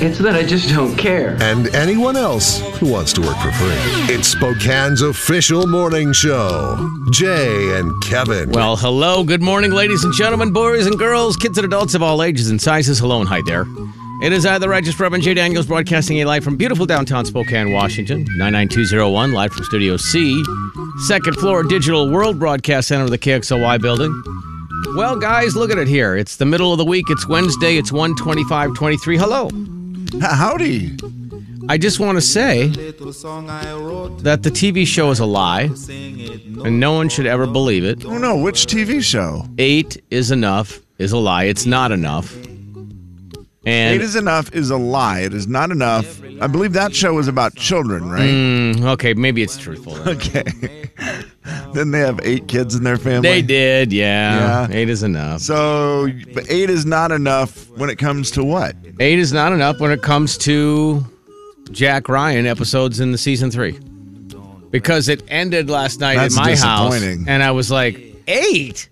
It's that I just don't care. and anyone else who wants to work for free. It's Spokane's official morning show. Jay and Kevin. Well, hello, good morning, ladies and gentlemen, boys and girls, kids and adults of all ages and sizes. Hello and hi there. It is I, the Righteous Reverend Jay Daniels, broadcasting a live from beautiful downtown Spokane, Washington, 99201, live from Studio C, second floor Digital World Broadcast Center of the KXLY building. Well, guys, look at it here. It's the middle of the week. It's Wednesday. It's 125.23. Hello. Howdy. I just want to say that the TV show is a lie, and no one should ever believe it. Oh no, which TV show? Eight is enough is a lie. It's not enough. And Eight is enough is a lie. It is not enough. I believe that show was about children, right? mm, okay, maybe it's truthful. then. Okay. then they have eight kids in their family. They did, yeah. Yeah. Eight is enough. So, but eight is not enough when it comes to what? Eight is not enough when it comes to Jack Ryan episodes in the season three, because it ended last night That's at my house, disappointing. and I was like eight.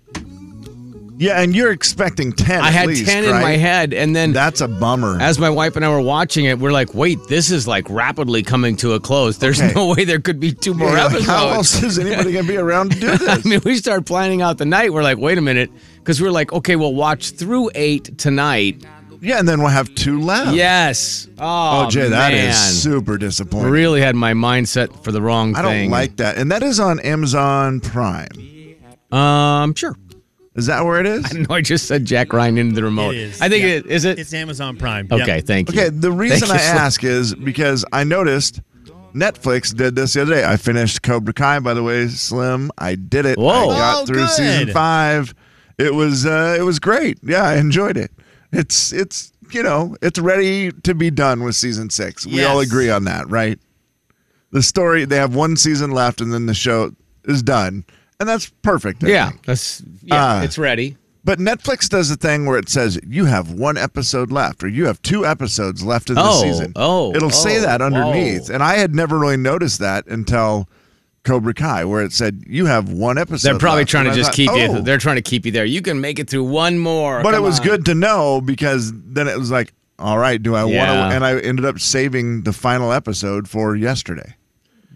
Yeah, and you're expecting ten. I at had least, ten in right? my head, and then That's a bummer. as my wife and I were watching it, we're like, wait, this is like rapidly coming to a close. There's Okay. no way there could be two Yeah, more you're like, episodes. how else is anybody gonna be around to do I this? mean, we start planning out the night. We're like, wait a minute. Because we're like, okay, we'll watch through eight tonight. yeah, and then we'll have two left. Yes. Oh, Oh, Jay, that is man. super disappointing. Really had my mindset for the wrong I don't thing. like that. And that is on Amazon Prime. Um, sure. Is that where it is? No, I just said Jack Ryan into the remote. It is. I think Yeah. it is it. It's Amazon Prime. okay, Yep. thank you. Okay, the reason Thank you, I Slim. ask is because I noticed Netflix did this the other day. I finished Cobra Kai, by the way, Slim. I did it. Whoa. I got Oh, through season good. five. It was uh, it was great. Yeah, I enjoyed it. It's it's you know it's ready to be done with season six. We all Yes. agree on that, right? The story they have one season left, and then the show is done, and that's perfect. I Yeah, think. that's yeah, Uh, it's ready. But Netflix does a thing where it says you have one episode left, or you have two episodes left in the Oh, season. oh, it'll say oh, that underneath, whoa. and I had never really noticed that until Cobra Kai, where it said you have one episode. They're probably left." trying to And I just thought, keep "Oh." you. They're trying to keep you there. You can make it through one more. but it Come was on. good to know because then it was like, all right, do I Yeah. want to? And I ended up saving the final episode for yesterday.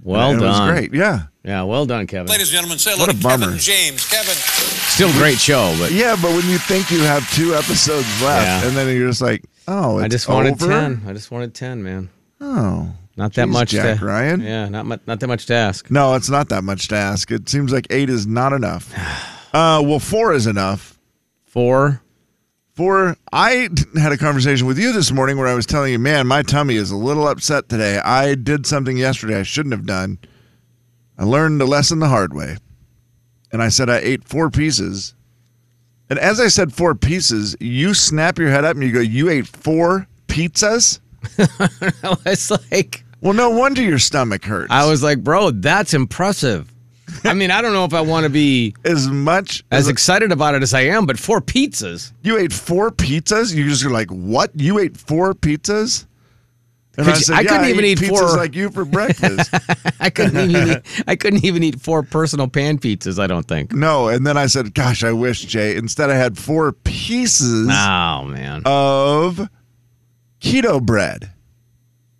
Well and done. It was great. Yeah. Yeah, well done, Kevin. Ladies and gentlemen, say hello What a to Kevin bummer. James. Kevin. Still great show, but Yeah, but when you think you have two episodes left, Yeah. and then you're just like, oh, it's I just wanted over? ten. I just wanted ten, man. Oh. Not that Jeez, much, Jack to, Ryan. Yeah, not mu- not that much to ask. No, it's not that much to ask. It seems like eight is not enough. Uh, well, four is enough. Four. Four. I had a conversation with you this morning where I was telling you, man, my tummy is a little upset today. I did something yesterday I shouldn't have done. I learned a lesson the hard way, and I said I ate four pieces. And as I said four pieces, you snap your head up and you go, "You ate four pizzas." it's like Well, no wonder your stomach hurts. I was like, bro, that's impressive. I mean, I don't know if I want to be as much as excited about it as I am, but four pizzas. you ate four pizzas? You just are like, what? You ate four pizzas? And Could you- I couldn't even eat pizzas four." like you for breakfast. I couldn't even eat, I couldn't even eat four personal pan pizzas. I don't think. no, and then I said, gosh, I wish, Jay. Instead, I had four pieces Oh man. of keto bread.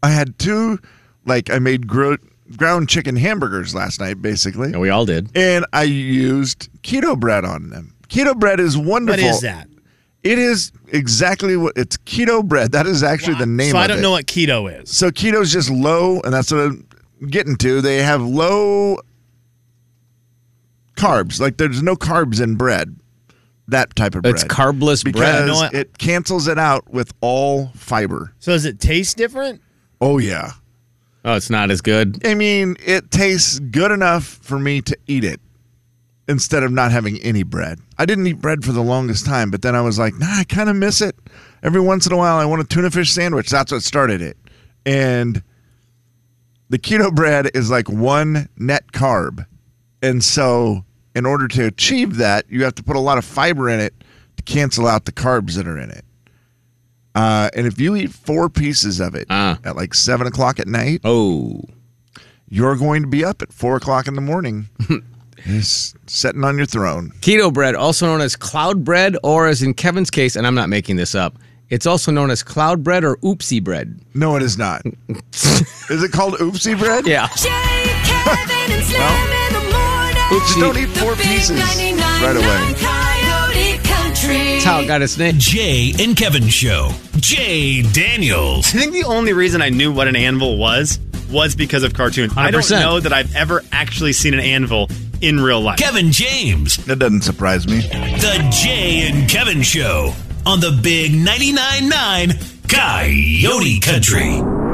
I had two, like I made gro- ground chicken hamburgers last night, basically, Yeah, we all did. and I used keto bread on them. Keto bread is What wonderful. is that? It is exactly what it's keto bread. That is actually the name So of I don't it. know what keto is. So keto's just low, and that's what I'm getting to. They have low carbs. Like there's no carbs in bread. That type of bread. It's carbless because bread. No, I- it cancels it out with all fiber. So does it taste different? Oh yeah. Oh, it's not as good. I mean, it tastes good enough for me to eat it. instead of not having any bread. I didn't eat bread for the longest time, but then I was like, nah, I kind of miss it. Every once in a while, I want a tuna fish sandwich. That's what started it. And the keto bread is like one net carb. And so, in order to achieve that, you have to put a lot of fiber in it to cancel out the carbs that are in it. Uh, and if you eat four pieces of it Ah. at like seven o'clock at night, Oh. you're going to be up at four o'clock in the morning, s- sitting on your throne. Keto bread, also known as cloud bread, or as in Kevin's case, and I'm not making this up, it's also known as cloud bread or oopsie bread. No, it is not. is it called oopsie bread? Yeah. Jay, Kevin, and Slim Well, in the morning. Just don't eat four pieces right away. Coyote Country. That's how it got its name. Jay and Kevin Show. Jay Daniels. I think the only reason I knew what an anvil was was because of cartoons. I don't 100%. know that I've ever actually seen an anvil in real life. Kevin James. That doesn't surprise me. The Jay and Kevin Show on the Big 99.9 9 Coyote Country.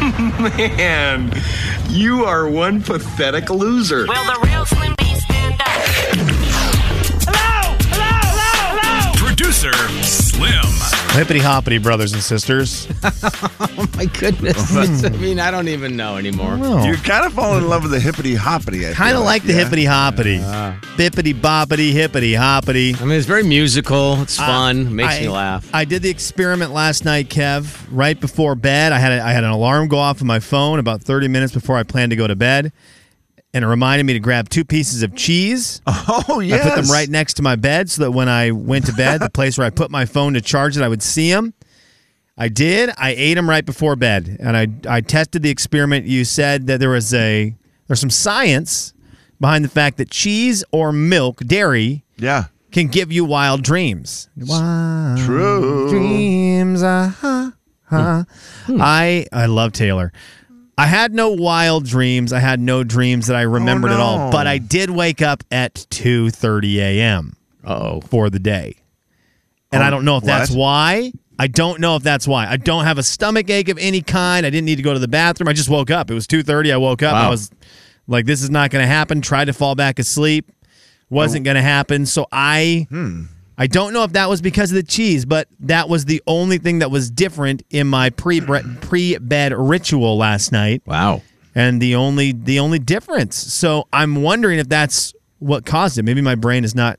Man, you are one pathetic loser. Will the real Slim B stand up? Hello! Hello! Hello! Hello! Producer Slim. Hippity hoppity, brothers and sisters. My goodness. I mean, I don't even know anymore. Oh. You kind of fall in love with the hippity hoppity. Kind of like the yeah. hippity hoppity, bippity boppity hippity hoppity. I mean, it's very musical. It's fun. makes Uh, I, me laugh. I did the experiment last night, Kev. Right before bed, I had a, I had an alarm go off on my phone about 30 minutes before I planned to go to bed, and it reminded me to grab two pieces of cheese. Oh yeah. I put them right next to my bed so that when I went to bed, the place where I put my phone to charge it, I would see them. I did. I ate them right before bed, and I I tested the experiment. You said that there was a there's some science behind the fact that cheese or milk, dairy, Yeah. can give you wild dreams. Wild Mm. True. dreams. Uh-huh. huh. I I love Taylor. I had no wild dreams. I had no dreams that I remembered at all. no. But I did wake up at 2:30 a.m. Uh-oh. for the day, and I don't know if that's what? why. I don't know if that's why. I don't have a stomach ache of any kind. I didn't need to go to the bathroom. I just woke up. It was 2:30. I woke up. Wow. I was like, "This is not going to happen." Tried to fall back asleep. Wasn't going to happen. So I. I don't know if that was because of the cheese, but that was the only thing that was different in my pre pre bed ritual last night, Wow. and the only the only difference. So I'm wondering if that's what caused it. Maybe my brain is not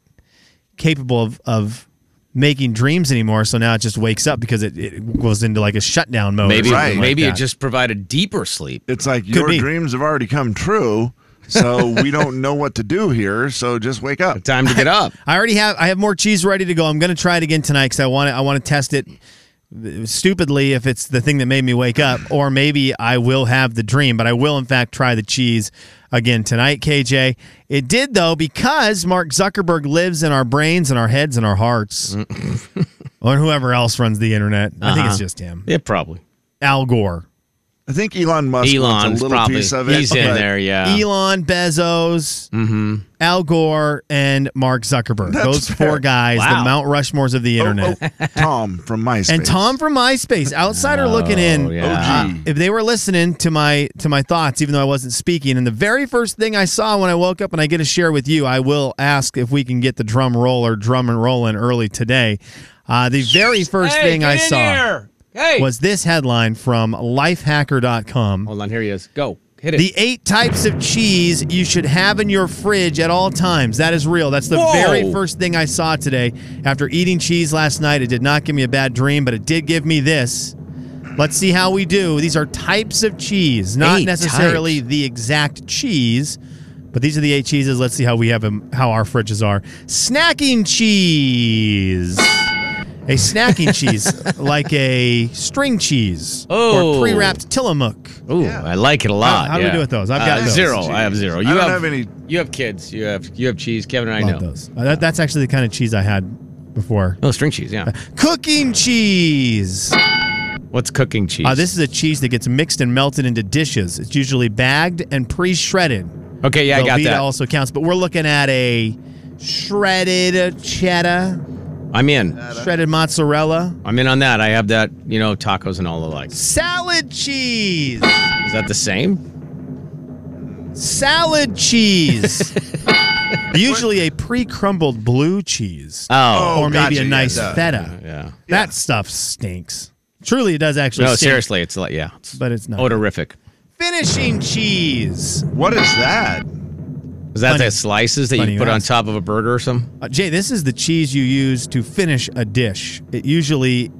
capable of of making dreams anymore, so now it just wakes up because it, it goes into like a shutdown mode. or Maybe something like maybe that. it just provided deeper sleep. It's like your be. dreams have already come true, so we don't know what to do here. So just wake up. Time to get up. I already have. I have more cheese ready to go. I'm going to try it again tonight because I want to. I want to test it stupidly if it's the thing that made me wake up, or maybe I will have the dream. But I will, in fact, try the cheese again tonight. KJ, it did though because Mark Zuckerberg lives in our brains and our heads and our hearts, or whoever else runs the internet. I think Uh-huh. it's just him. Yeah, probably. Al Gore, I think Elon Musk Elon's wants a little probably piece of it. he's in but there, yeah. Elon, Bezos, Al Gore, and Mark Mm-hmm. Zuckerberg. That's Those fair. four guys, Wow. the Mount Rushmores of the Oh, internet. oh, Tom from MySpace. And Tom from MySpace, outsider looking in, yeah. uh, if they were listening to my to my thoughts, even though I wasn't speaking, and the very first thing I saw when I woke up, and I get to share with you, I will ask if we can get the drum roll or drum and rolling early today. Uh, the very first thing I saw Hey. was this headline from LifeHacker.com: Hold on, here he is. Go. Hit it. The eight types of cheese you should have in your fridge at all times. That is real. That's the Whoa. very first thing I saw today. After eating cheese last night, it did not give me a bad dream, but it did give me this. Let's see how we do. These are types of cheese, not Eight necessarily the exact cheese, but these are the eight cheeses. Let's see how we have them, how our fridges are. Snacking cheese. A snacking cheese, like a string cheese Oh. or pre-wrapped Tillamook. Ooh, I like it a lot. How- how do we yeah. do with those? I've got Uh, those. zero. I have zero. You I don't have, have any- You have kids. You have you have cheese. Kevin and I Love know. those. Uh, that- that's actually the kind of cheese I had before. Oh, string cheese. Yeah. Cooking cheese. What's cooking cheese? Uh, this is a cheese that gets mixed and melted into dishes. It's usually bagged and pre-shredded. Okay, yeah, I got Velveeta that. also counts, but we're looking at a shredded cheddar, I'm in. shredded mozzarella, I'm in on that. I have that. You know, tacos and all the like. salad cheese. Is that the same? salad cheese. Usually a pre-crumbled blue cheese. Oh. or maybe Gotcha, a yeah, nice duh. feta. Yeah. That stuff stinks. Truly, it does actually No, stink. seriously, it's like yeah, it's But it's not. odorific. Finishing cheese. What is that? Is that Funny- the slices that funny you you put on ask. top of a burger or something? Uh, Jay, this is the cheese you use to finish a dish. It usually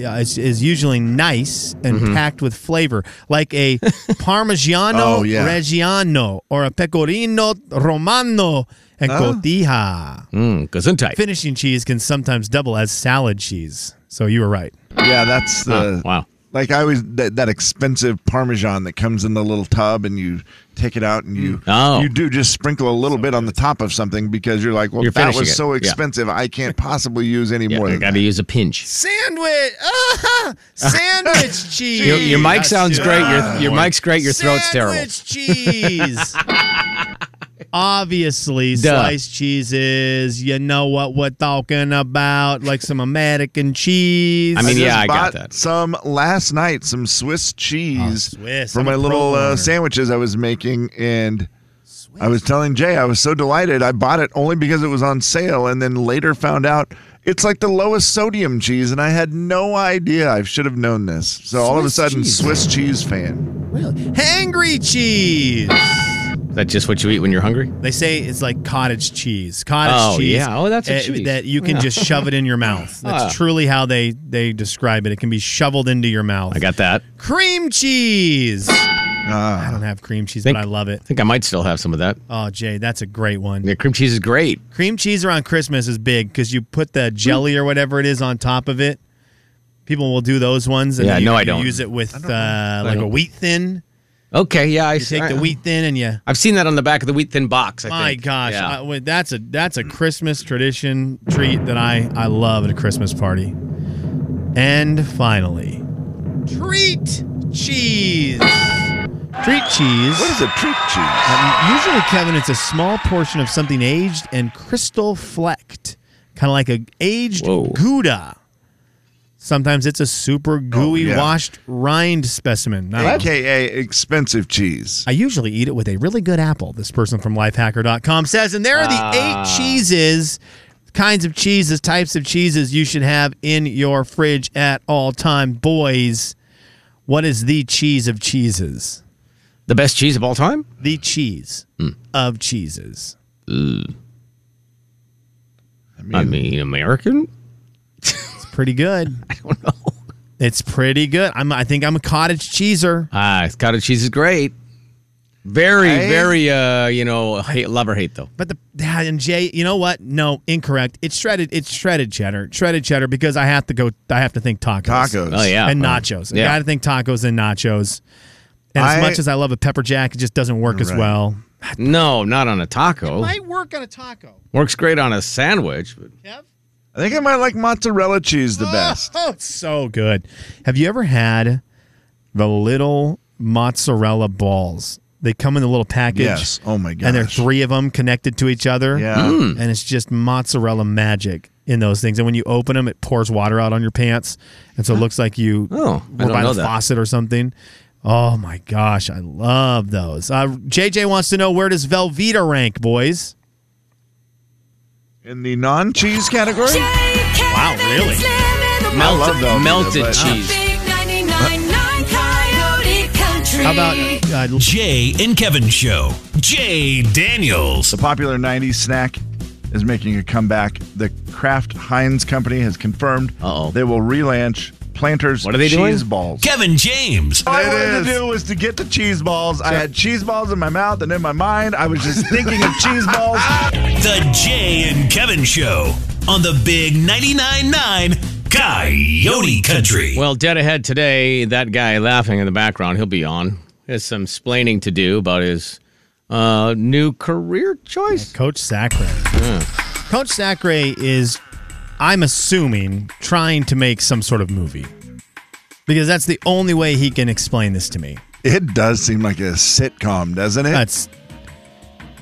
uh, is, is usually nice and Mhm. packed with flavor, like a Parmigiano Oh, yeah. Reggiano or a Pecorino Romano and Oh. Huh? Cotija. Mm, gesundheit. Finishing cheese can sometimes double as salad cheese. So you were right. Yeah, that's the Huh, wow. like I always that, that expensive Parmesan that comes in the little tub and you take it out and you Oh. you do just sprinkle a little bit on the top of something because you're like, well, You're that finishing was it. so Yeah. expensive, I can't possibly use any Yeah, more. I Than got to use a pinch. Sandwich, ah, sandwich cheese. Your, your mic sounds great. Your, your mic. mic's great. Your throat's terrible. Sandwich cheese. Obviously, Duh. sliced cheese is, you know what we're talking about, like some American cheese. I mean, just yeah, I got bought that. Some last night, some Swiss cheese Oh, Swiss, for I'm my a pro little uh, learner. sandwiches I was making, and I was telling Jay I was so delighted I bought it only because it was on sale, and then later found out it's like the lowest sodium cheese, and I had no idea. I should have known this. So all of a Swiss sudden, cheese. Swiss cheese fan. really? Hangry cheese. Is that just what you eat when you're hungry? They say it's like cottage cheese. Cottage Oh, cheese. yeah. Oh, that's a uh, cheese. That you can Yeah. just shove it in your mouth. That's Ah. truly how they, they describe it. It can be shoveled into your mouth. I got that. I cream cheese. I Ah, don't have cream cheese, Think- but I love it. think I might still have some of that. Oh, Jay, that's a great one. Yeah, cream cheese is great. Cream cheese around Christmas is big because you put the jelly or whatever it is on top of it. People will do those ones. And Yeah, then you, no, I you don't. Use it with uh, like a don't. wheat thin. Okay, yeah, I You take the wheat thin and you. I've seen that on the back of the wheat thin box. I My think. gosh, Yeah. I- wait, that's a that's a Christmas tradition treat that I I love at a Christmas party. And finally, treat cheese. Treat cheese. what is a trick cheese? Um, usually, Kevin, it's a small portion of something aged and crystal flecked, kind of like a aged Whoa. Gouda. Sometimes it's a super gooey yeah. washed rind specimen. Now, AKA expensive cheese. I usually eat it with a really good apple. This person from lifehacker.com says, and there are the eight cheeses, kinds of cheeses, types of cheeses you should have in your fridge at all time. Boys, what is the cheese of cheeses? the best cheese of all time. The cheese of cheeses. I mean, American. pretty good. I don't know. It's pretty good. I'm. I think I'm a cottage cheeser. Ah, cottage cheese is great. Very, I- very, uh, you know, hate, love or hate though. But the yeah, and Jay, you know what? No, incorrect. It's shredded. It's shredded cheddar. Shredded cheddar because I have to go. I have to think tacos. Tacos. Oh yeah, and Uh, nachos. Yeah. I got to think tacos and nachos. And I- as much as I love a pepper jack, it just doesn't work as Right. well. No, not on a taco. Might work on a taco. Works great on a sandwich. But Kev? I think I might like mozzarella cheese the best. Oh, it's so good. Have you ever had the little mozzarella balls? They come in the little package. Yes. Oh my gosh. And there are three of them connected to each other. Yeah. Mm. And it's just mozzarella magic in those things. And when you open them, it pours water out on your pants. And so it looks like you Oh, I were don't by know the that. faucet or something. Oh my gosh, I love those. Uh, JJ wants to know where does Velveeta rank, boys? In the non-cheese category. Wow, really? I love Velveeta, melted but- cheese. How about uh, Jay and Kevin Show. Jay Daniels. The popular 90s snack is making a comeback. The Kraft Heinz Company has confirmed Uh-oh. they will relaunch Planters What are they doing? cheese balls. Kevin James. All I wanted is. to do was to get the cheese balls. I had cheese balls in my mouth and in my mind. I was just thinking of cheese balls. The Jay and Kevin Show on the Big 99.9 9 Coyote Country. Well, dead ahead today, that guy laughing in the background, he'll be on. He has some splaining to do about his uh, new career choice. Coach Sacre? Coach Sacre is, I'm assuming, trying to make some sort of movie because that's the only way he can explain this to me. It does seem like a sitcom, doesn't it? That's,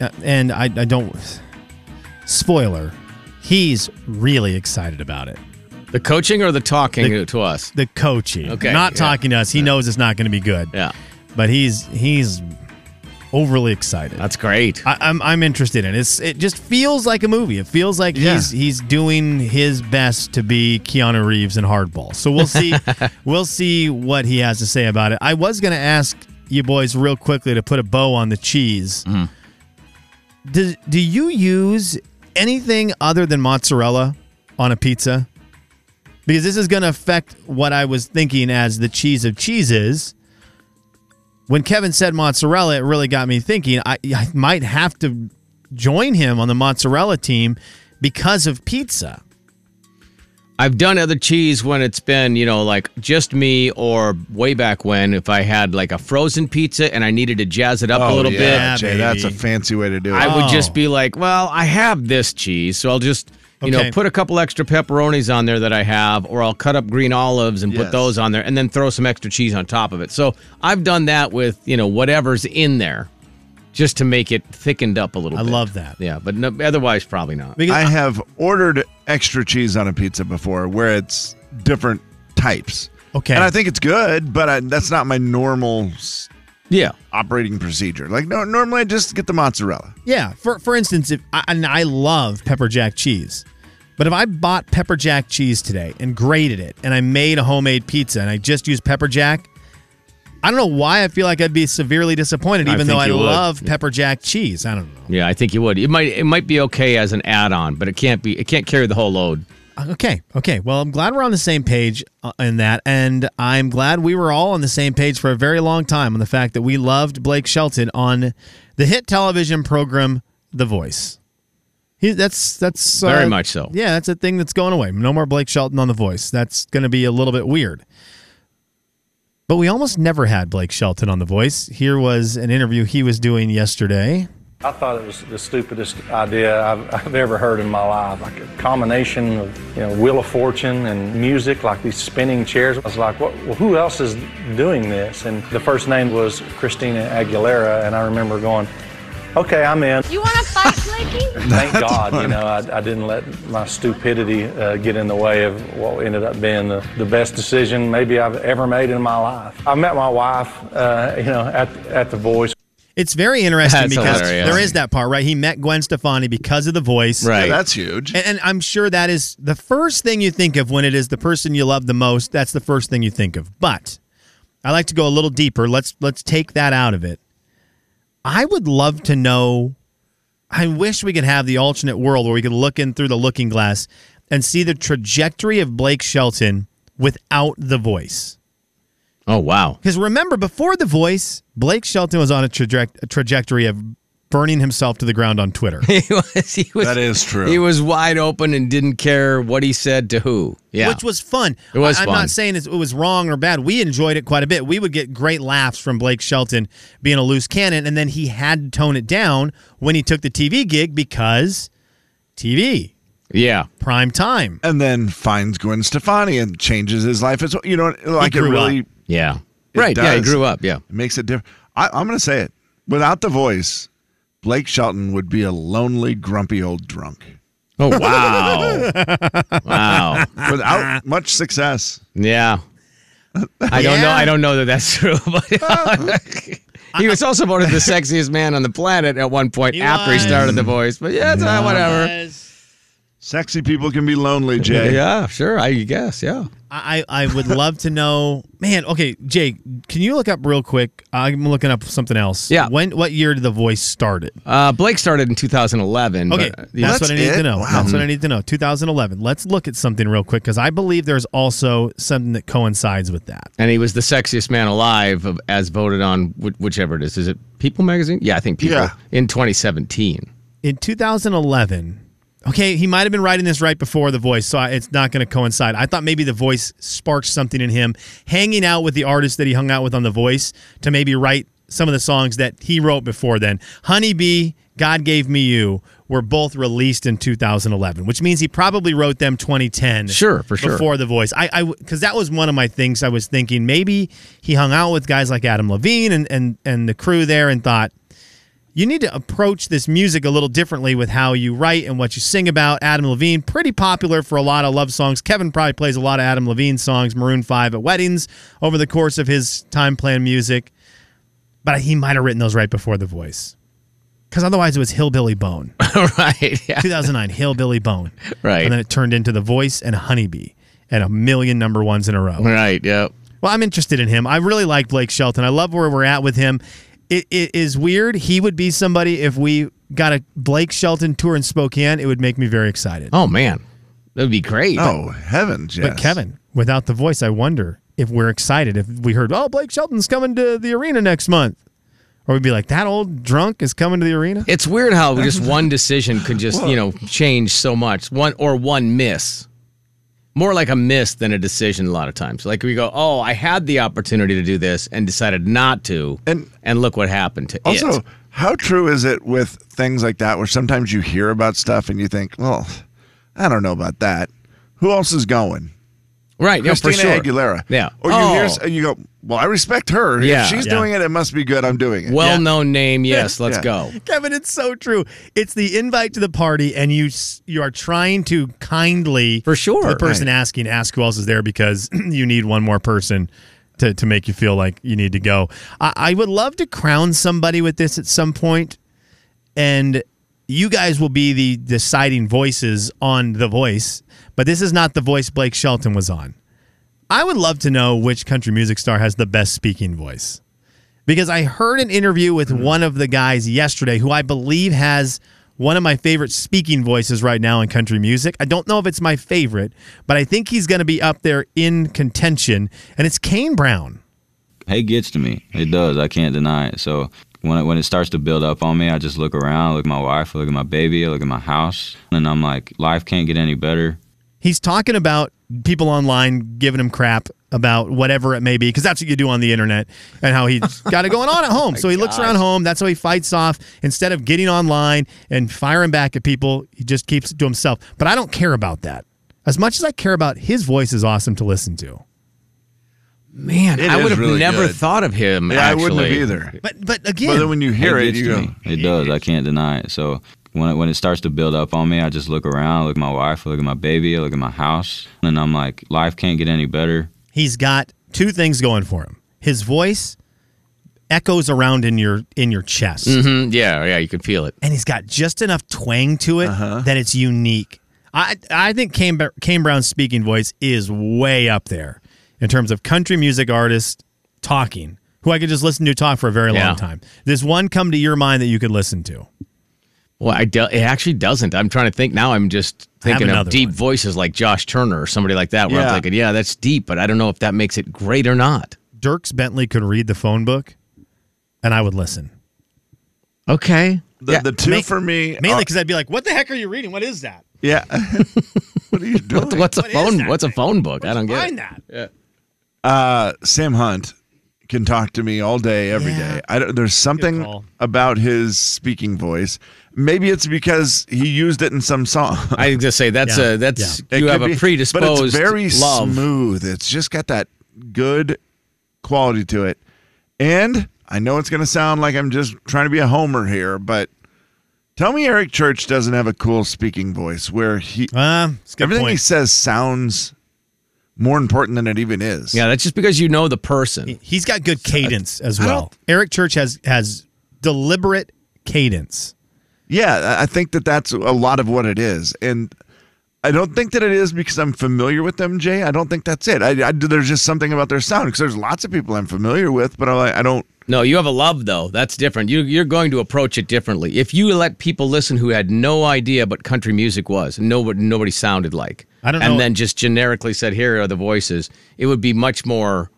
uh, and I, I don't. Spoiler, he's really excited about it. The coaching or the talking The- to us? The coaching, Okay, not yeah. talking to us. He knows it's not going to be good. Yeah. but he's he's overly excited. That's great. I, I'm I'm interested in it. It's it just feels like a movie. It feels like Yeah. he's he's doing his best to be Keanu Reeves in Hardball. So we'll see we'll see what he has to say about it. I was gonna ask you boys real quickly to put a bow on the cheese. Do do you use anything other than mozzarella on a pizza? Because this is going to affect what I was thinking as the cheese of cheeses. When Kevin said mozzarella, it really got me thinking. I, I might have to join him on the mozzarella team because of pizza. I've done other cheese when it's been, you know, like just me or way back when if I had like a frozen pizza and I needed to jazz it up a Oh, little yeah, bit. Jay, that's a fancy way to do it. I would just be like, well, I have this cheese, so I'll just, you Okay. know, put a couple extra pepperonis on there that I have, or I'll cut up green olives and Yes. put those on there and then throw some extra cheese on top of it. So I've done that with, you know, whatever's in there just to make it thickened up a little I bit. love that. Yeah, but no, otherwise, probably not. Because I have ordered extra cheese on a pizza before where it's different types. Okay. And I think it's good, but I, that's not my normal s- Yeah. operating procedure. Like, no, normally I just get the mozzarella. Yeah. For for instance, if I, and I love pepper jack cheese, but if I bought pepper jack cheese today and grated it, and I made a homemade pizza, and I just used pepper jack, I don't know why I feel like I'd be severely disappointed, I even though think I you would. love pepper jack cheese. I don't Yeah, I think you would. It might it might be okay as an add-on, but it can't be it can't carry the whole load. know. Okay. Okay. Well, I'm glad we're on the same page uh, in that, and I'm glad we were all on the same page for a very long time on the fact that we loved Blake Shelton on the hit television program The Voice. He, that's that's uh, Very much so. Yeah, that's a thing that's going away. No more Blake Shelton on The Voice. That's going to be a little bit weird. But we almost never had Blake Shelton on The Voice. Here was an interview he was doing yesterday. I thought it was the stupidest idea I've, I've ever heard in my life. Like a combination of, you know, Wheel of Fortune and music, like these spinning chairs. I was like, what, well, who else is doing this? And the first name was Christina Aguilera, and I remember going, okay, I'm in. You want to fight, Blakey? Thank God, you know, I, I didn't let my stupidity uh, get in the way of what ended up being the, the best decision maybe I've ever made in my life. I met my wife, uh, you know, at, at The Voice. It's very interesting That's because hilarious. there is that part, right? He met Gwen Stefani because of The Voice. Right. Yeah, that's huge. And, and I'm sure that is the first thing you think of when it is the person you love the most. That's the first thing you think of. But I like to go a little deeper. Let's let's take that out of it. I would love to know. I wish we could have the alternate world where we could look in through the looking glass and see the trajectory of Blake Shelton without the voice. Oh wow. Because remember, before The Voice, Blake Shelton was on a, traject- a trajectory of burning himself to the ground on Twitter. he was, he was, That is true. He was wide open and didn't care what he said to who. Yeah. Which was fun. It was I, am fun. not saying it's- it was wrong or bad. We enjoyed it quite a bit. We would get great laughs from Blake Shelton being a loose cannon, and then he had to tone it down when he took the TV gig because TV. Yeah. Prime time. And then finds Gwen Stefani and changes his life as well. You know, like it grew really. up. Yeah. it right. Yeah, he does. grew up. Yeah. It makes it different. I'm going to say it. Without the voice, Blake Shelton would be a lonely, grumpy old drunk. Oh wow. wow. Without much success. Yeah. I don't know. Yeah. I don't know that that's true, but he was also voted the sexiest man on the planet at one point after he started The Voice. But yeah, it's, uh, whatever. Sexy people can be lonely, Jay. Yeah, sure. I guess. Yeah. I, I I would love to know, man. Okay, Jake, can you look up real quick? I'm looking up something else. Yeah. When? What year did The Voice started? Uh, Blake started in 2011. Okay, but, uh, yeah. that's what I need to know. That's Mm-hmm. what I need to know. 2011. Let's look at something real quick because I believe there's also something that coincides with that. and he was the sexiest man alive of, as voted on wh- whichever it is. Is it People magazine? Yeah, I think People Yeah. in 2017. In 2011, okay, he might have been writing this right before The Voice, so I, it's not going to coincide. I thought maybe The Voice sparked something in him, hanging out with the artist that he hung out with on The Voice to maybe write some of the songs that he wrote before then. Honeybee, God Gave Me You were both released in 2011, which means he probably wrote them 2010. Sure, for sure. Before The Voice. I, I, because that was one of my things I was thinking. Maybe he hung out with guys like Adam Levine and, and, and the crew there and thought, you need to approach this music a little differently with how you write and what you sing about. Adam Levine, pretty popular for a lot of love songs. Kevin probably plays a lot of Adam Levine songs, Maroon 5 at weddings over the course of his time playing music. but he might have written those right before The Voice. Because otherwise it was Hillbilly Bone. right. 2009, Hillbilly Bone. Right. And then it turned into The Voice and Honeybee and a million number ones in a row. Right, yep. Well, I'm interested in him. I really like Blake Shelton. I love where we're at with him. It, it is weird. He would be somebody if we got a Blake Shelton tour in Spokane, it would make me very excited. Oh, man. That would be great. Oh, heavens, yes. But Kevin, without the voice, I wonder if we're excited. If we heard, oh, Blake Shelton's coming to the arena next month. Or we'd be like, that old drunk is coming to the arena? It's weird how just one decision could just, you know, change so much. One or one miss. More like a miss than a decision a lot of times. Like we go, "Oh, I had the opportunity to do this and decided not to." And and look what happened to it. Also, how true is it with things like that where sometimes you hear about stuff and you think, well, I don't know about that. Who else is going? Right, yeah, for Christina sure. Aguilera. Yeah. Or you Oh. hear s- and you go, well, I respect her. Yeah. If she's Yeah. doing it, it must be good. I'm doing it. Well-known name. Yes, let's Yeah. go. Kevin, it's so true. It's the invite to the party, and you s- you are trying to kindly for sure the person asking ask who else is there because you need one more person to to make you feel like you need to go. I, I would love to crown somebody with this at some point, and you guys will be the deciding voices on The Voice. But this is not the voice Blake Shelton was on. I would love to know which country music star has the best speaking voice. Because I heard an interview with one of the guys yesterday who I believe has one of my favorite speaking voices right now in country music. I don't know if it's my favorite, but I think he's going to be up there in contention. And it's Kane Brown. hate gets to me. It does. I can't deny it. So when it, when it starts to build up on me, I just look around, I look at my wife, I look at my baby, I look at my house, and I'm like, life can't get any better. He's talking about people online giving him crap about whatever it may be, because that's what you do on the internet, and how he's got it going on at home. so he looks around home. That's how he fights off. Instead of getting online and firing back at people, he just keeps it to himself. But I don't care about that. As much as I care about his voice is awesome to listen to. Man, It I is would have really never good. thought of him Yeah, I actually. wouldn't have either. But but again, it gets to me. It does. I can't deny it. So when it, when it starts to build up on me, I just look around, I look at my wife, I look at my baby, I look at my house, and I'm like, life can't get any better. he's got two things going for him. His voice echoes around in your in your chest. Mhm, Yeah, yeah, you can feel it. and he's got just enough twang to it Uh-huh. that it's unique. I I think Kane, Br- Kane Brown's speaking voice is way up there in terms of country music artist talking, who I could just listen to talk for a very Yeah. long time. There's one come to your mind that you could listen to. Well, I do- it actually doesn't. I'm trying to think now. I'm just I have thinking of another deep voices like Josh Turner or somebody like that. Where Yeah. I'm thinking, yeah, that's deep, but I don't know if that makes it great or not. Dirks Bentley could read the phone book, and I would listen. Okay. The, the two Ma- for me. mainly are- uh, because I'd be like, "What the heck are you reading? What is that? Yeah. what are you doing? what's a phone? What's a phone book? I don't get Find it. that." Uh, Sam Hunt can talk to me all day, every day. I don't, there's something about his speaking voice. Maybe it's because he used it in some song. I just say that's Yeah. a that's It you could have be, a predisposed but it's very love. smooth. It's just got that good quality to it. And I know it's going to sound like I'm just trying to be a homer here, but tell me Eric Church doesn't have a cool speaking voice where he everything he says sounds more important than it even is. Yeah, that's just because you know the person. He's got good cadence as well. Eric Church has has deliberate cadence. Yeah, I I think that that's a lot of what it is, and I don't think that it is because I'm familiar with them, Jay. I don't think that's it. I, I there's just something about their sound because there's lots of people I'm familiar with, but I, like- I don't. No, you have a love though. That's different. You you're going to approach it differently. If you let people listen who had no idea what country music was, and know what nobody sounded like. I don't and know- then just generically said, Here are the voices, it would be much more,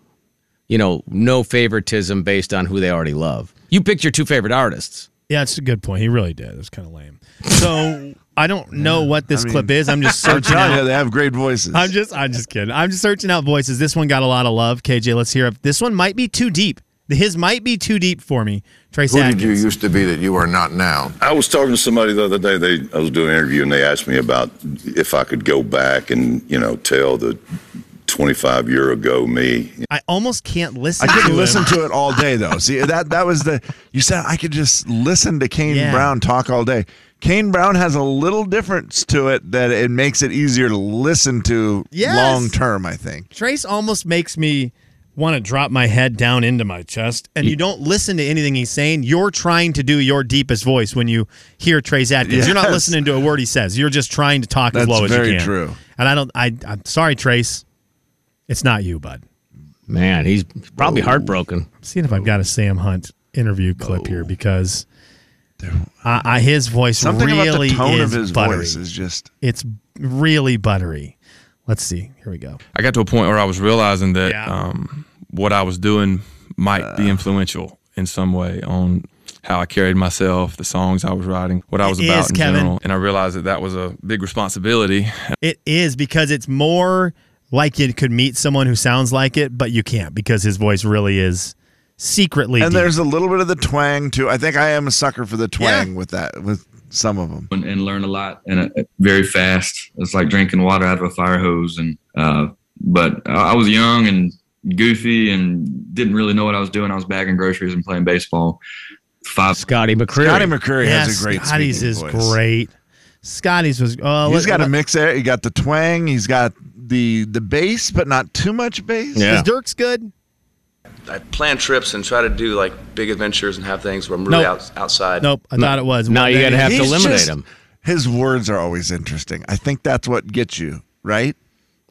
you know, no favoritism based on who they already love. You picked your two favorite artists. Yeah, it's a good point. He really did. It was kind of lame. So I don't know what this I mean, clip is. I'm just I'm searching. telling out- you, they have great voices. I'm just, I'm just kidding. I'm just searching out voices. This one got a lot of love. KJ, let's hear it. This one might be too deep. His might be too deep for me. Trace Who Atkins. did you used to be that you are not now? I was talking to somebody the other day. They, I was doing an interview, and they asked me about if I could go back and you know tell the 25 year ago me. I almost can't I listen. to could him. listen to it all day though. See that that was the you said I could just listen to Kane Yeah. Brown talk all day. Kane Brown has a little difference to it that it makes it easier to listen to Yes. long term. I think. Trace almost makes me want to drop my head down into my chest, and you don't listen to anything he's saying. You're trying to do your deepest voice when you hear Trace Atkins. You're not Yes. listening to a word he says. You're just trying to talk as That's low as very you can. true. And I don't. I, I'm sorry, Trace. It's not you, bud. Man, he's probably heartbroken. I'm seeing if I've got a Sam Hunt interview clip Oh. here because I, I, his voice Something really about the tone is of his buttery. voice is just. It's really buttery. Let's see. Here we go. I got to a point where I was realizing that um, what I was doing might Uh. be influential in some way on how I carried myself, the songs I was writing, what I was It about is, in Kevin. general. And I realized that that was a big responsibility. It is because it's more like you could meet someone who sounds like it, but you can't because his voice really is secretly. And deep. there's a little bit of the twang too. I think I am a sucker for the twang with that with some of them. and, and learn a lot and uh, very fast. It's like drinking water out of a fire hose. And uh, but I I was young and goofy and didn't really know what I was doing. I was bagging groceries and playing baseball. Five Scotty McCreary. Scotty McCreary has a great Scotty's speaking is voice. great. Scotty's was. Uh, he's let- got a let- mix there. He got the twang. He's got the the bass, but not too much bass. Is Dirk's good? I plan trips and try to do like big adventures and have things where I'm really Nope. out, outside. Nope. I thought it was. No, Well, you there gotta it is. have to He's eliminate just- him. His words are always interesting. I think that's what gets you right.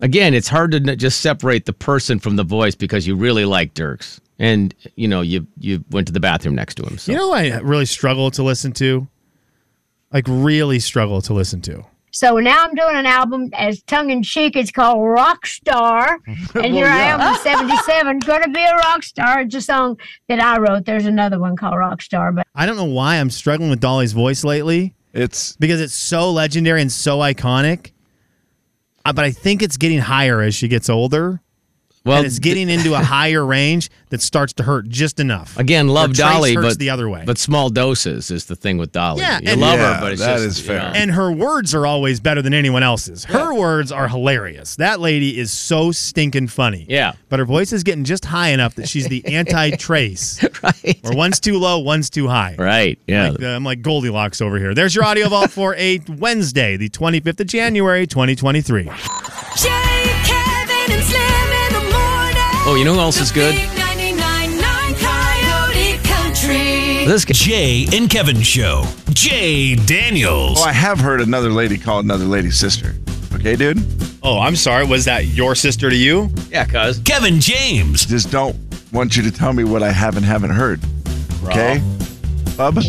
Again, it's hard to n- just separate the person from the voice because you really like Dirks, and you know you you went to the bathroom next to him. So. You know, who I really struggle to listen to. Like really struggle to listen to. So now I'm doing an album as tongue in cheek. It's called Rockstar. And Well, here I am yeah. at 77, going to be a rock star. It's a song that I wrote. There's another one called Rockstar. But I don't know why I'm struggling with Dolly's voice lately. It's because it's so legendary and so iconic. Uh, but I think it's getting higher as she gets older. Well, Well, it's getting into a higher range that starts to hurt just enough. Again, Or love Trace Dolly, hurts but the other way. But small doses is the thing with Dolly. Yeah, you and- love Yeah, her, but it's that just, is you know. And her words are always better than anyone else's. Her words are hilarious. That lady is so stinking funny. Yeah. But her voice is getting just high enough that she's the anti-trace. right. Or one's too low, one's too high. Right. Yeah. Like, uh, I'm like Goldilocks over here. There's your audio vault for a Wednesday, the 25th of January, 2023. Jay, Kevin, and Slim in the morning. Oh, you know who else is good? Big 99.9 Coyote Country. This Jay and Kevin Show. Jay Daniels. Oh, I have heard another lady call another lady sister. Okay, dude. Oh, I'm sorry. Was that your sister to you? Yeah, cuz. Kevin James. Just don't want you to tell me what I have and haven't heard. Okay, Bubba.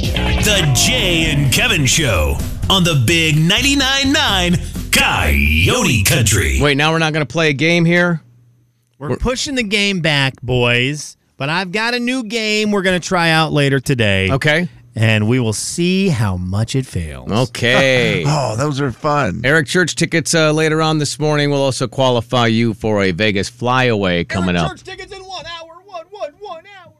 The Jay and Kevin Show on the Big 99.9 Coyote Country. Wait, now we're not going to play a game here. We're, pushing the game back, boys. But I've got a new game we're going to try out later today. Okay. And we will see how much it fails. Okay. oh, those are fun. Eric Church tickets uh, later on this morning will also qualify you for a Vegas flyaway coming up. tickets in one hour, one, one, one hour.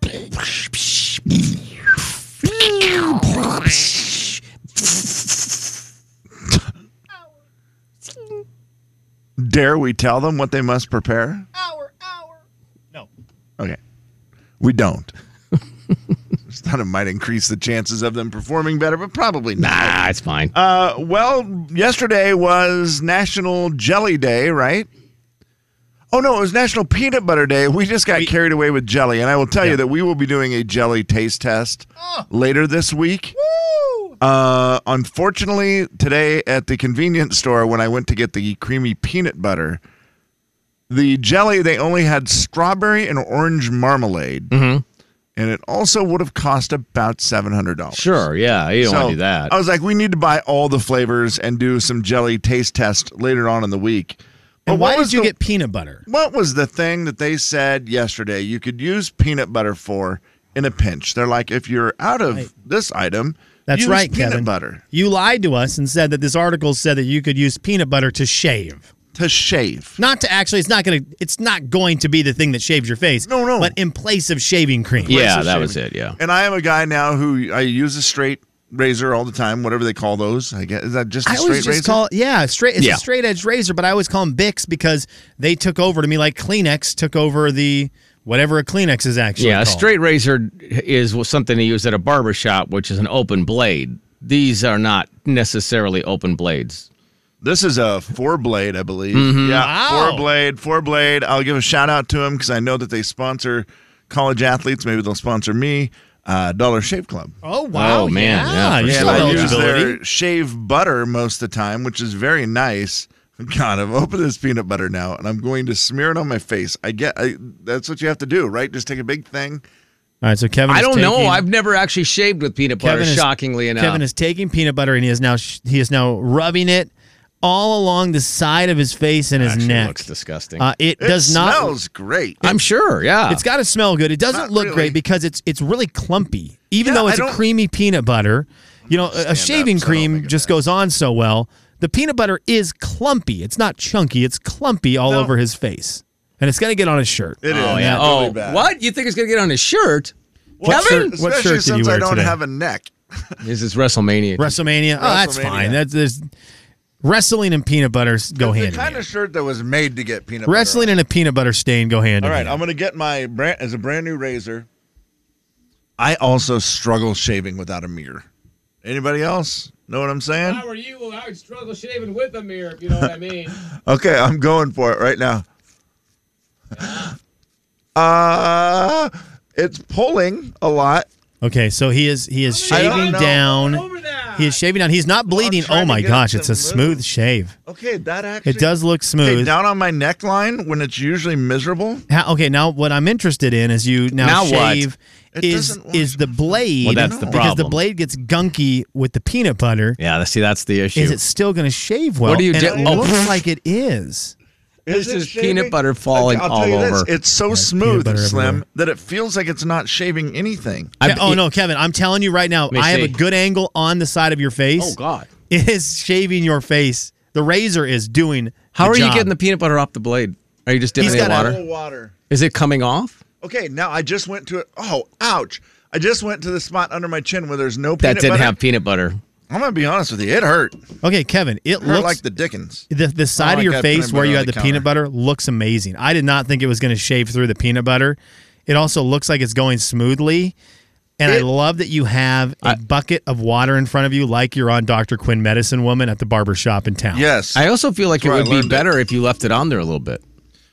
Dare we tell them what they must prepare? Hour, hour. Okay. We don't. Just thought it might increase the chances of them performing better, but probably not. Nah, Ah, it's fine. Uh, well, yesterday was National Jelly Day, right? Oh no, it was National Peanut Butter Day. We just got carried away with jelly, and I will tell you that we will be doing a jelly taste test later this week. Uh, unfortunately, today at the convenience store, when I went to get the creamy peanut butter, the jelly they only had strawberry and orange marmalade, and it also would have cost about seven hundred dollars. Sure, yeah, you don't want to do that. I oh, was like, we need to buy all the flavors and do some jelly taste test later on in the week. But And why what was did you the- get peanut butter? What was the thing that they said yesterday you could use peanut butter for in a pinch? They're like, if you're out of this item, That's use right, peanut Kevin. butter You lied to us and said that this article said that you could use peanut butter to shave. to shave. Not to actually. It's not gonna. It's not going to be the thing that shaves your face. No, no. But in place of shaving cream. Yeah, that was it. Yeah. And I am a guy now who I use a straight razor all the time, whatever they call those. I guess is that just a I straight always just razor? call yeah straight. It's Yeah. a straight edge razor, but I always call them Bix because they took over to me like Kleenex took over the whatever a Kleenex is actually. Yeah, a called. straight razor is something they use at a barber shop, which is an open blade. These are not necessarily open blades. This is a four blade, I believe. Mm-hmm. Mhm. Yeah, Wow. four blade, four blade. I'll give a shout out to them because I know that they sponsor college athletes. Maybe they'll sponsor me. Uh, Dollar Shave Club. Oh wow, Oh, man, yeah, yeah, for you sure. still I have use eligibility. their shave butter most of the time, which is very nice. God, I've opened this peanut butter now, and I'm going to smear it on my face. I get I, that's what you have to do, right? Just take a big thing. All right, so Kevin. I is don't know. taking- I've never actually shaved with peanut butter. Kevin is- shockingly enough, Kevin is taking peanut butter and he is now sh- he is now rubbing it all along the side of his face and his Actually, it neck. looks disgusting. Uh, it, does not Smells great. I'm sure. Yeah, It's got to smell good. It doesn't Not look really. great because it's it's really clumpy. Even Yeah, though I it's a don't- creamy peanut butter, you know, a- a shaving cream just goes on so well. The peanut butter is clumpy. It's not chunky. It's clumpy all over his face, and it's gonna get on his shirt. It is. Oh, yeah. Oh, oh what? You think it's gonna get on his shirt? What Kevin, shirt- what Especially shirt did you since I wear don't today? have a neck. This is WrestleMania. WrestleMania. Oh, that's WrestleMania. fine. That's there's wrestling and peanut butters go the hand in hand. kind of shirt that was made to get peanut butter. Wrestling and a peanut butter stain go hand All in right, hand. I'm gonna get my brand as a brand new razor. I also struggle shaving without a mirror. Anybody else know what I'm saying? were you, I would struggle shaving with a mirror, if you know what I mean. Okay, I'm going for it right now. Uh it's pulling a lot. Okay, so he is he is I don't shaving know. down. He is shaving down. He's not bleeding. Oh my gosh, it's a smooth shave. Okay, that actually It does look Okay, smooth. down on my neckline when it's usually miserable. How- okay, now what I'm interested in is you now, Now what? shave It is doesn't is the blade. Well, that's the Because the problem. blade gets gunky with the peanut butter. Yeah, see, that's the issue. Is it still going to shave well? What do you And do- It Oh. looks like it is. Is This it is shaving? peanut butter falling Okay, I'll all tell you over. This, it's so peanut smooth, butter Slim, everywhere. that it feels like it's not shaving anything. Ke- oh no, Kevin! I'm telling you right now, Let me I have a see. good angle on the side of your face. Oh, God. it is shaving your face. The razor is doing. How the are you job. getting the peanut butter off the blade? Are you just dipping it in got a water? little water. Is it coming off? Okay, now I just went to it. Oh, ouch! I just went to the spot under my chin where there's no That peanut didn't butter. have peanut butter. I'm gonna be honest with you, it hurt. Okay, Kevin, it It hurt looks like the Dickens. the the I side like of your that face peanut where butter you on had the the, peanut butter looks amazing. I did not think it was going to shave through the peanut butter. It also looks like it's going smoothly. And I love that you have a bucket of water in front of you like you're on Dr. Quinn Medicine Woman at the barber shop in town. Yes. I also feel like That's where I it would be learned it. better if you left it on there a little bit.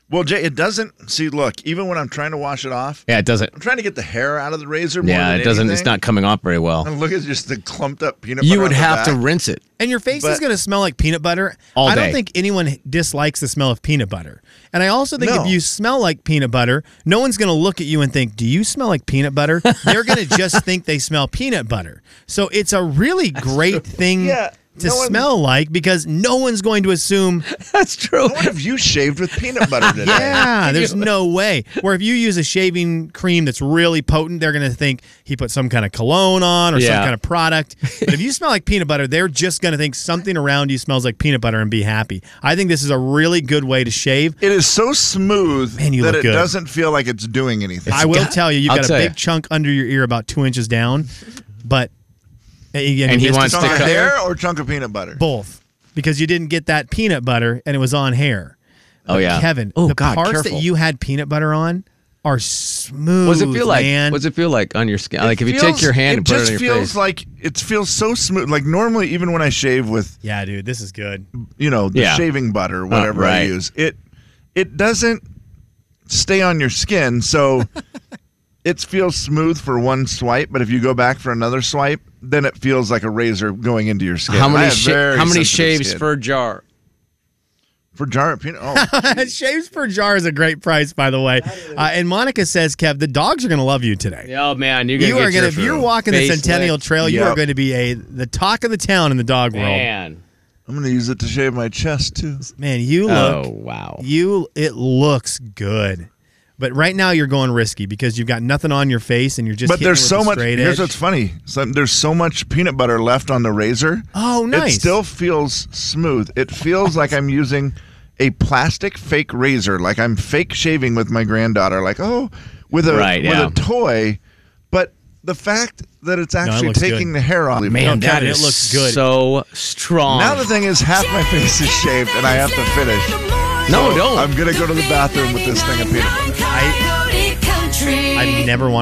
Well, Jay, it doesn't. See, look, even when I'm trying to wash it off, Yeah, it doesn't. I'm trying to get the hair out of the razor. More Yeah, than it doesn't. It's anything. not coming off very well. And look at just the clumped up peanut. butter You would on the have to back. rinse it. And your face is But- going to smell like peanut butter. All I don't day. think anyone dislikes the smell of peanut butter. And I also think No. if you smell like peanut butter, no one's going to look at you and think, "Do you smell like peanut butter?" They're going to just think they smell peanut butter. So it's a really great thing Yeah, to no one- smell like because no one's going to assume that's true. What have you shaved with peanut butter today? Yeah, Ah, there's no way. Where if you use a shaving cream that's really potent, they're going to think he put some kind of cologne on or Yeah. some kind of product. But if you smell like peanut butter, they're just going to think something around you smells like peanut butter and be happy. I think this is a really good way to shave. It is so smooth Man, you that look it good. doesn't feel like it's doing anything. I will tell you, you've I'll got a tell big you. chunk under your ear about two inches down, but again, you missed a chunk spot of hair or chunk of peanut butter. both because you didn't get that peanut butter and it was on hair. Oh, But yeah. Kevin. Oh, the God, parts careful. that you had peanut butter on are smooth. What does it feel like? man. What does it feel like on your skin? like if you Feels- take your hand it and put just it on your feels face. like it feels so smooth. Like normally, even when I shave with Yeah, dude, this is good. you know the Yeah. shaving butter, Uh, whatever I right. use, it it doesn't stay on your skin, so it feels smooth for one swipe. But if you go back for another swipe, then it feels like a razor going into your skin. how I many have sha- very how many sensitive shaves skin. per jar? for jar of peanut? Oh, Shaves per jar is a great price, by the way. Uh, and Monica says, Kev, the dogs are going to love you today. Oh man, you're gonna You get are your going to, if you're walking the face Centennial licked. Trail, you are going to be a the talk of the town in the dog world. Man, I'm gonna use it to shave my chest too. Man, you look, oh wow. you, it looks good. But right now you're going risky because you've got nothing on your face and you're just. but hitting it there's with so a much. straight Here's edge. what's funny. So there's so much peanut butter left on the razor. Oh, nice. It still feels smooth. It feels like I'm using a plastic fake razor, like I'm fake shaving with my granddaughter, like oh, with a Right, with yeah. a toy. But the fact that it's it actually looks taking good. the hair off. Man, that is so strong. Now the thing is, half my face is shaved, and I have to finish. No, So don't. I'm gonna go to the bathroom with this thing of peanut butter. I never want.